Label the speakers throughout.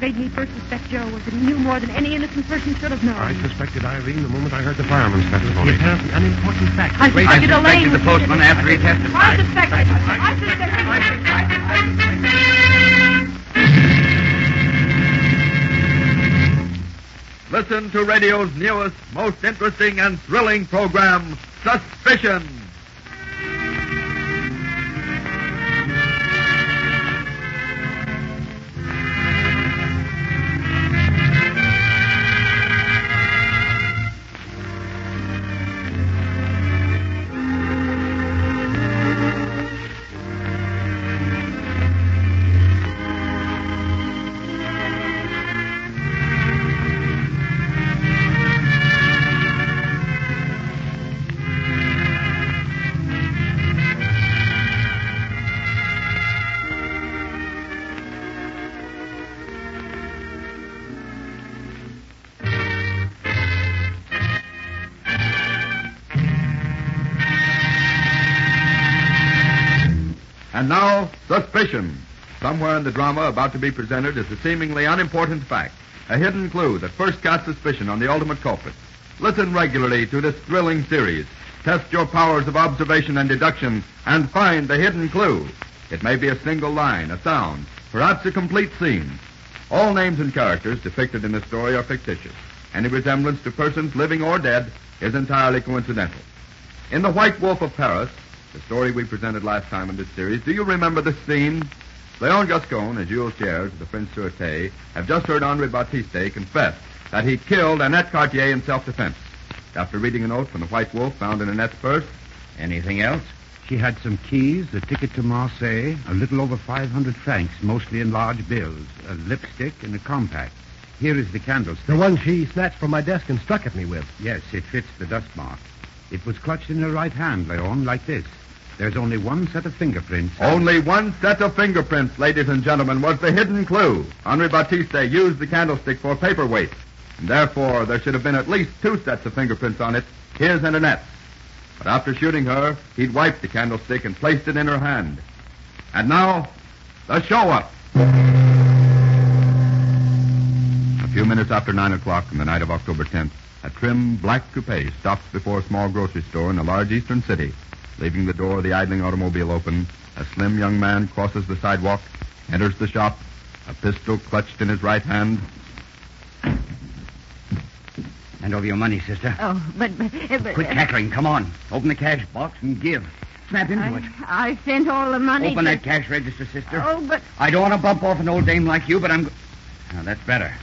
Speaker 1: made me first suspect Joe was that he knew more than any innocent person should have known.
Speaker 2: I suspected Irene the moment I heard the fireman's testimony.
Speaker 3: You have an unimportant fact.
Speaker 1: I
Speaker 3: Wait,
Speaker 1: suspected
Speaker 3: I
Speaker 1: Elaine.
Speaker 3: suspected the postman after he
Speaker 1: I
Speaker 3: testified.
Speaker 1: suspected. I suspected.
Speaker 4: Listen to radio's newest, most interesting, and thrilling program, Suspicion. And now, Suspicion. Somewhere in the drama about to be presented is a seemingly unimportant fact, a hidden clue that first got suspicion on the ultimate culprit. Listen regularly to this thrilling series. Test your powers of observation and deduction and find the hidden clue. It may be a single line, a sound, perhaps a complete scene. All names and characters depicted in the story are fictitious. Any resemblance to persons living or dead is entirely coincidental. In The White Wolf of Paris, the story we presented last time in this series, do you remember the scene? Leon Gascon and Jules Thiers of the French Sûreté have just heard Henri Baptiste confess that he killed Annette Cartier in self-defense. After reading a note from the White Wolf found in Annette's purse, anything else?
Speaker 3: She had some keys, a ticket to Marseille, a little over 500 francs, mostly in large bills, a lipstick, and a compact. Here is the candlestick.
Speaker 2: The one she snatched from my desk and struck at me with.
Speaker 3: Yes, it fits the dust mark. It was clutched in her right hand, Leon, like this. There's only one set of fingerprints.
Speaker 4: Only one set of fingerprints, ladies and gentlemen, was the hidden clue. Henri Baptiste used the candlestick for paperweight, and therefore there should have been at least two sets of fingerprints on it, his and Annette's. But after shooting her, he'd wiped the candlestick and placed it in her hand. And now, the show up. A few minutes after nine o'clock on the night of October 10th, a trim black coupe stops before a small grocery store in a large eastern city. Leaving the door of the idling automobile open, a slim young man crosses the sidewalk, enters the shop, a pistol clutched in his right hand.
Speaker 3: Hand over your money, sister.
Speaker 1: Oh, but, but, but
Speaker 3: Quit cackling. Come on. Open the cash box and give. Snap into it.
Speaker 1: I, I sent all the money.
Speaker 3: Open
Speaker 1: to...
Speaker 3: that cash register, sister.
Speaker 1: Oh, but
Speaker 3: I don't want to bump off an old dame like you, but I'm. go- Now, that's better.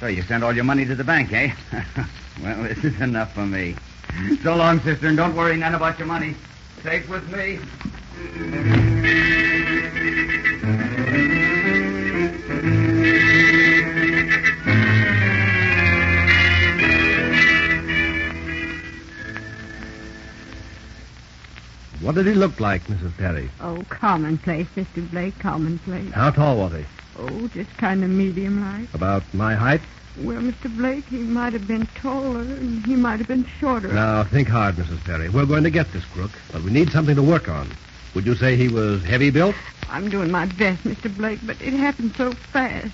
Speaker 3: So you sent all your money to the bank, eh? well, this is enough for me. So long, sister, and don't worry none about your money. Safe with me.
Speaker 2: What did he look like, Mrs. Terry?
Speaker 1: oh, commonplace, Mr. Blake, commonplace.
Speaker 2: How tall was he?
Speaker 1: Oh, just kind of medium-like.
Speaker 2: About my height?
Speaker 1: Well, Mr. Blake, he might have been taller, and he might have been shorter.
Speaker 2: Now, think hard, Mrs. Terry. We're going to get this crook, but we need something to work on. Would you say he was heavy built?
Speaker 1: I'm doing my best, Mr. Blake, but it happened so fast.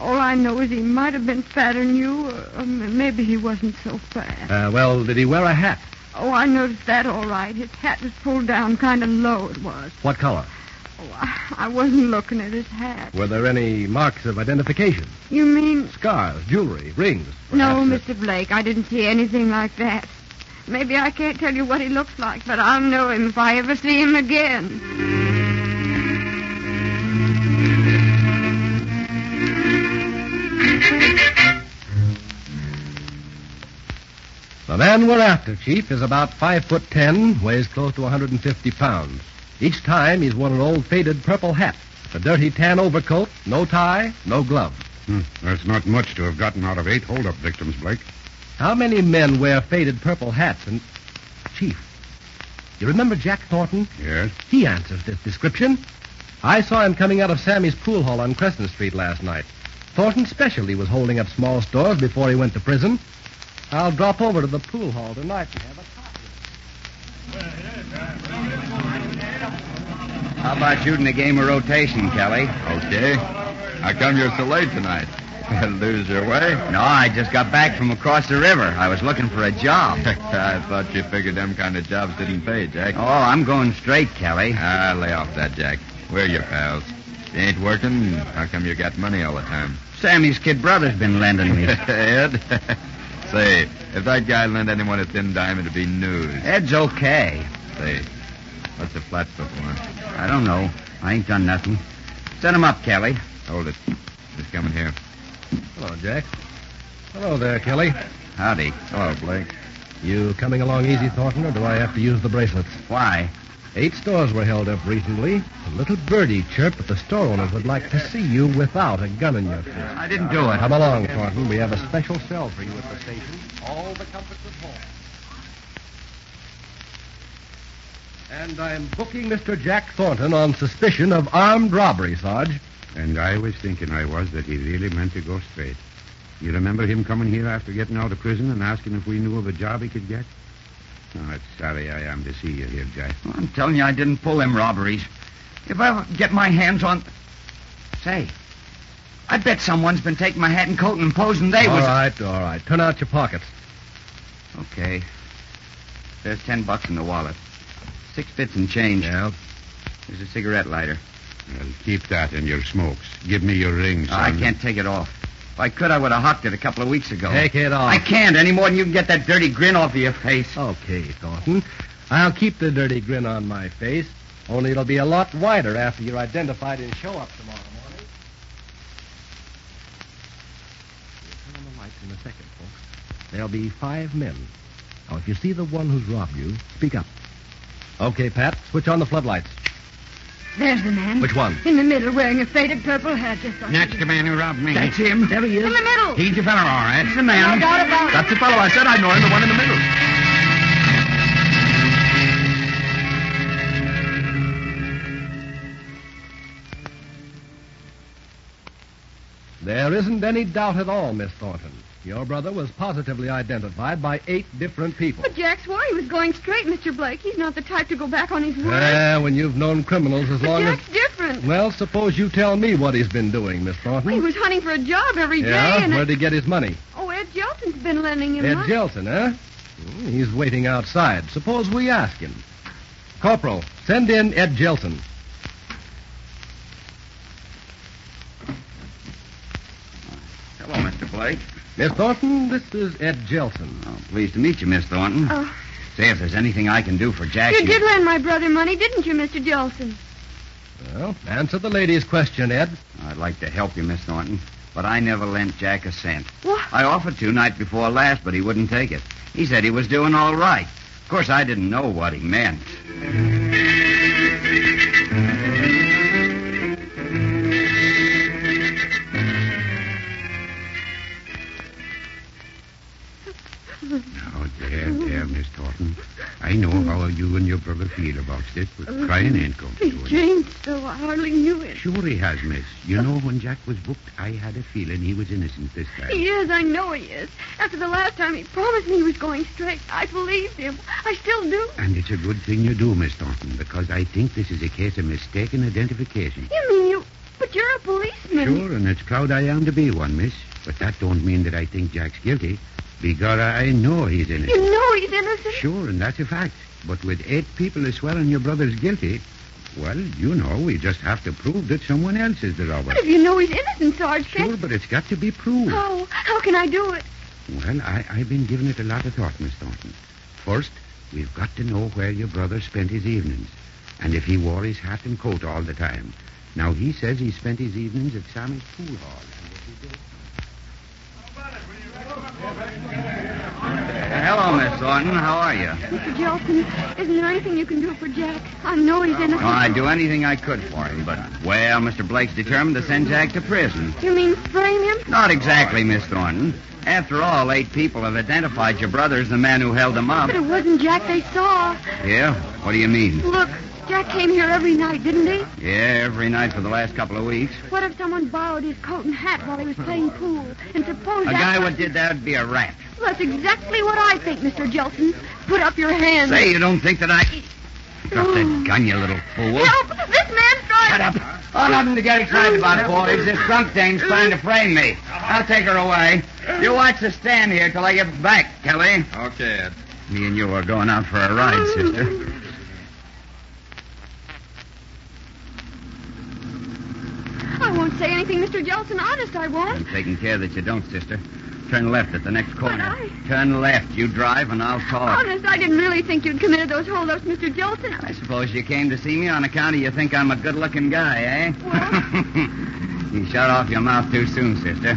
Speaker 1: All I know is he might have been fatter than you, or, or m- maybe he wasn't so fat.
Speaker 2: Uh, well, did he wear a hat?
Speaker 1: Oh, I noticed that all right. His hat was pulled down kind of low, it was.
Speaker 2: What color?
Speaker 1: Oh, I, I wasn't looking at his hat.
Speaker 2: Were there any marks of identification?
Speaker 1: You mean...
Speaker 2: Scars, jewelry, rings?
Speaker 1: No,
Speaker 2: perhaps, uh,
Speaker 1: Mr. Blake, I didn't see anything like that. Maybe I can't tell you what he looks like, but I'll know him if I ever see him again.
Speaker 2: The man we're after, Chief, is about five foot ten, weighs close to 150 pounds. Each time he's worn an old faded purple hat, a dirty tan overcoat, no tie, no glove.
Speaker 5: Hmm, That's not much to have gotten out of eight holdup victims, Blake.
Speaker 2: How many men wear faded purple hats and. Chief, you remember Jack Thornton?
Speaker 5: Yes?
Speaker 2: He answers this description. I saw him coming out of Sammy's pool hall on Crescent Street last night. Thornton specially was holding up small stores before he went to prison. I'll drop over to the pool hall tonight and have a
Speaker 3: How about shooting a game of rotation, Kelly?
Speaker 4: Okay. How come you're so late tonight? Lose your way?
Speaker 3: No, I just got back from across the river. I was looking for a job.
Speaker 4: I thought you figured them kind of jobs didn't pay, Jack.
Speaker 3: Oh, I'm going straight, Kelly.
Speaker 4: Ah, lay off that, Jack. We're your pals. You ain't working. How come you got money all the time?
Speaker 3: Sammy's kid brother's been lending me.
Speaker 4: Ed? Say, if that guy lent anyone a thin dime, it'd be news.
Speaker 3: Ed's okay.
Speaker 4: Say, what's a flat foot for?
Speaker 3: I don't know. I ain't done nothing. Set him up, Kelly.
Speaker 4: Hold it. He's coming here.
Speaker 2: Hello, Jack. Hello there, Kelly.
Speaker 3: Howdy.
Speaker 4: Hello, Blake.
Speaker 2: You coming along easy, Thornton, or do I have to use the bracelets?
Speaker 3: Why?
Speaker 2: Eight stores were held up recently. A little birdie chirped that the store owners would like to see you without a gun in your fist.
Speaker 3: I didn't do it.
Speaker 2: Come along, Thornton. We have a special cell for you at the station. All the comforts of home. And I'm booking Mr. Jack Thornton on suspicion of armed robbery, Sarge.
Speaker 5: And I was thinking I was that he really meant to go straight. You remember him coming here after getting out of prison and asking if we knew of a job he could get? Oh, it's sorry I am to see you here, Jack.
Speaker 3: Well, I'm telling you, I didn't pull them robberies. If I ever get my hands on. Say, I bet someone's been taking my hat and coat and posing they
Speaker 2: All
Speaker 3: was.
Speaker 2: right, all right. Turn out your pockets.
Speaker 3: Okay. There's ten bucks in the wallet. Six bits and change.
Speaker 2: Yeah.
Speaker 3: There's a cigarette lighter.
Speaker 5: Well, keep that in your smokes. Give me your ring,
Speaker 3: Oh,
Speaker 5: son.
Speaker 3: I can't take it off. If I could, I would have hocked it a couple of weeks ago.
Speaker 2: Take it off. Oh,
Speaker 3: I can't any more than you can get that dirty grin off of your face.
Speaker 2: Okay, Thornton. I'll keep the dirty grin on my face, only it'll be a lot wider after you're identified and show up tomorrow morning. We'll turn on the lights in a second, folks. There'll be five men. Now, if you see the one who's robbed you, speak up. Okay, Pat, switch on the floodlights.
Speaker 1: There's the man.
Speaker 2: Which one?
Speaker 1: In the middle, wearing a faded purple hat. Just like
Speaker 5: That's the man who robbed me.
Speaker 3: That's him. There he
Speaker 1: In the middle.
Speaker 5: He's the fellow, all right.
Speaker 3: That's the man.
Speaker 1: No doubt about it.
Speaker 4: That's the fellow I said I know him, the one in the middle.
Speaker 2: There isn't any doubt at all, Miss Thornton. Your brother was positively identified by eight different people.
Speaker 1: But Jack swore he was going straight, Mr. Blake. He's not the type to go back on his word.
Speaker 2: Ah, when you've known criminals as
Speaker 1: but
Speaker 2: long as.
Speaker 1: Jack's different.
Speaker 2: Well, suppose you tell me what he's been doing, Miss Thornton.
Speaker 1: he was hunting for a job every day,
Speaker 2: Yeah,
Speaker 1: and I-
Speaker 2: where'd he get his money?
Speaker 1: oh, Ed Jelson's been lending him
Speaker 2: Ed
Speaker 1: money.
Speaker 2: Jelson, huh? Hmm, He's waiting outside. Suppose we ask him. Corporal, send in Ed Jelson.
Speaker 3: Hello, Mr. Blake.
Speaker 2: Miss Thornton, this is Ed Jelson.
Speaker 3: Oh, pleased to meet you, Miss Thornton.
Speaker 1: Oh.
Speaker 3: Say, if there's anything I can do for Jack.
Speaker 1: you did lend my brother money, didn't you, Mr. Jelson?
Speaker 2: Well, answer the lady's question, Ed.
Speaker 3: I'd like to help you, Miss Thornton, but I never lent Jack a cent.
Speaker 1: What?
Speaker 3: I offered to night before last, but he wouldn't take it. He said he was doing all right. Of course, I didn't know what he meant.
Speaker 5: Oh, there, there, Miss Thornton. I know how you and your brother feel about this, but crying ain't going to
Speaker 1: He's
Speaker 5: do it.
Speaker 1: changed so I hardly knew it.
Speaker 5: Sure he has, miss. You know, when Jack was booked, I had a feeling he was innocent this time.
Speaker 1: He is, I know he is. After the last time he promised me he was going straight, I believed him. I still do.
Speaker 5: And it's a good thing you do, Miss Thornton, because I think this is a case of mistaken identification.
Speaker 1: You mean you... But you're a policeman.
Speaker 5: Sure, and it's proud I am to be one, miss. But that don't mean that I think Jack's guilty. Because I know he's innocent.
Speaker 1: You know he's innocent.
Speaker 5: Sure, and that's a fact. But with eight people a swearing your brother's guilty, well, you know, we just have to prove that someone else is the robber.
Speaker 1: But if you know he's innocent, Sarge,
Speaker 5: Sure,
Speaker 1: can't-
Speaker 5: but it's got to be proved.
Speaker 1: How? Oh, How can I do it?
Speaker 5: Well, I, I've been giving it a lot of thought, Miss Thornton. First, we've got to know where your brother spent his evenings, and if he wore his hat and coat all the time. Now, he says he spent his evenings at Sammy's pool hall.
Speaker 3: Hello, Miss Thornton. How are you?
Speaker 1: Mr. Jelson, isn't there anything you can do for Jack? I know he's innocent.
Speaker 3: Well, I'd do anything Oh, I could for him, but, well, Mr. Blake's determined to send Jack to prison.
Speaker 1: You mean frame him?
Speaker 3: Not exactly, Miss Thornton. After all, eight people have identified your brother as the man who held him up.
Speaker 1: But it wasn't Jack they saw.
Speaker 3: Yeah? What do you mean?
Speaker 1: Look, Jack came here every night, didn't he?
Speaker 3: Yeah, every night for the last couple of weeks.
Speaker 1: What if someone borrowed his coat and hat while he was playing pool? And suppose
Speaker 3: A
Speaker 1: that
Speaker 3: guy
Speaker 1: person-
Speaker 3: what did that would be a rat.
Speaker 1: That's exactly what I think, Mr. Jelson. Put up your hands.
Speaker 3: Say, you don't think that I... Drop that gun, you little fool.
Speaker 1: Help! This man's trying
Speaker 6: shut up. Oh, nothing to get excited about, Paul. It's this drunk dame's trying to frame me. I'll take her away. You watch the stand here till I get back, Kelly.
Speaker 4: Okay, Ed.
Speaker 6: Me and you are going out for a ride, sister.
Speaker 1: I won't say anything, Mr. Jelson. Honest, I
Speaker 6: I'm
Speaker 1: won't.
Speaker 6: taking care that you don't, sister. Turn left at the next corner.
Speaker 1: But Oh,
Speaker 6: Turn left. You drive, and I'll talk.
Speaker 1: Honest, I didn't really think you'd committed those holdups, Mr. Jelson.
Speaker 6: I suppose you came to see me on account of you think I'm a good-looking guy, eh?
Speaker 1: Well-
Speaker 6: you shut off your mouth too soon, sister.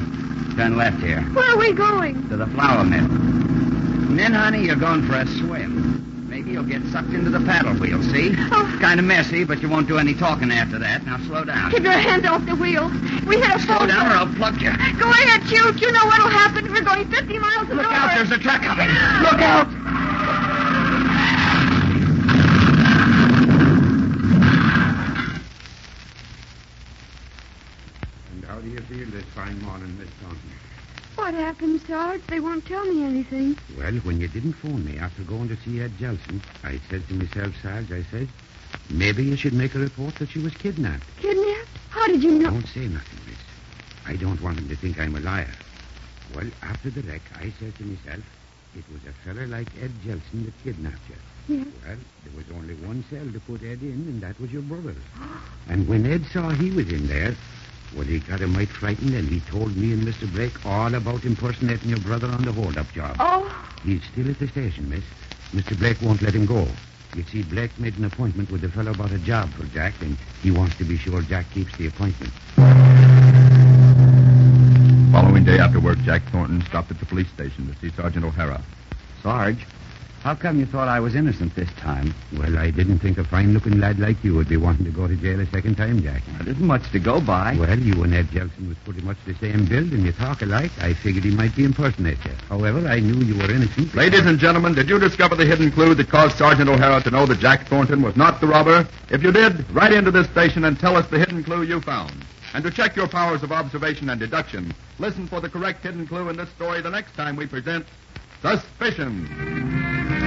Speaker 6: Turn left here.
Speaker 1: Where are we going?
Speaker 6: to the flour mill. And then, honey, you're going for a swim. Maybe you'll get sucked into the paddle wheel, see?
Speaker 1: Oh.
Speaker 6: Kind of messy, but you won't do any talking after that. Now, slow down.
Speaker 1: Keep your hands off the wheel. We hit a
Speaker 6: Slow
Speaker 1: phone
Speaker 6: down or I'll pluck you.
Speaker 1: Go ahead, Chute. You know what'll happen. We're going 50 miles an
Speaker 6: Look
Speaker 1: hour.
Speaker 6: out, there's a truck coming. Look out!
Speaker 3: And how do you feel this fine morning, Miss Thornton?
Speaker 1: What happened, Sarge? They won't tell me anything.
Speaker 3: Well, when you didn't phone me after going to see Ed Jelson, I said to myself, Sarge, I said, maybe you should make a report that she was kidnapped.
Speaker 1: Kidnapped? How did you know?
Speaker 3: Don't say nothing, miss. I don't want him to think I'm a liar. Well, after the wreck, I said to myself, it was a fella like Ed Jelson that kidnapped you.
Speaker 1: Yes.
Speaker 3: Well, there was only one cell to put Ed in, and that was your brother. And when Ed saw he was in there, well, he got him right frightened, and he told me and Mr. Blake all about impersonating your brother on the hold-up job.
Speaker 1: Oh,
Speaker 3: He's still at the station, miss. Mr. Blake won't let him go. You see, Blake made an appointment with the fellow about a job for Jack, and he wants to be sure Jack keeps the appointment.
Speaker 4: Following day after work, Jack Thornton stopped at the police station to see Sergeant O'Hara.
Speaker 6: Sarge, how come you thought I was innocent this time?
Speaker 3: Well, I didn't think a fine-looking lad like you would be wanting to go to jail a second time, Jack.
Speaker 6: There isn't much to go by.
Speaker 3: Well, you and Ed Jelson was pretty much the same build, and you talk alike. I figured he might be impersonating you. However, I knew you were innocent.
Speaker 4: Ladies and gentlemen, did you discover the hidden clue that caused Sergeant O'Hara to know that Jack Thornton was not the robber? If you did, write into this station and tell us the hidden clue you found. And to check your powers of observation and deduction, listen for the correct hidden clue in this story the next time we present Suspicion.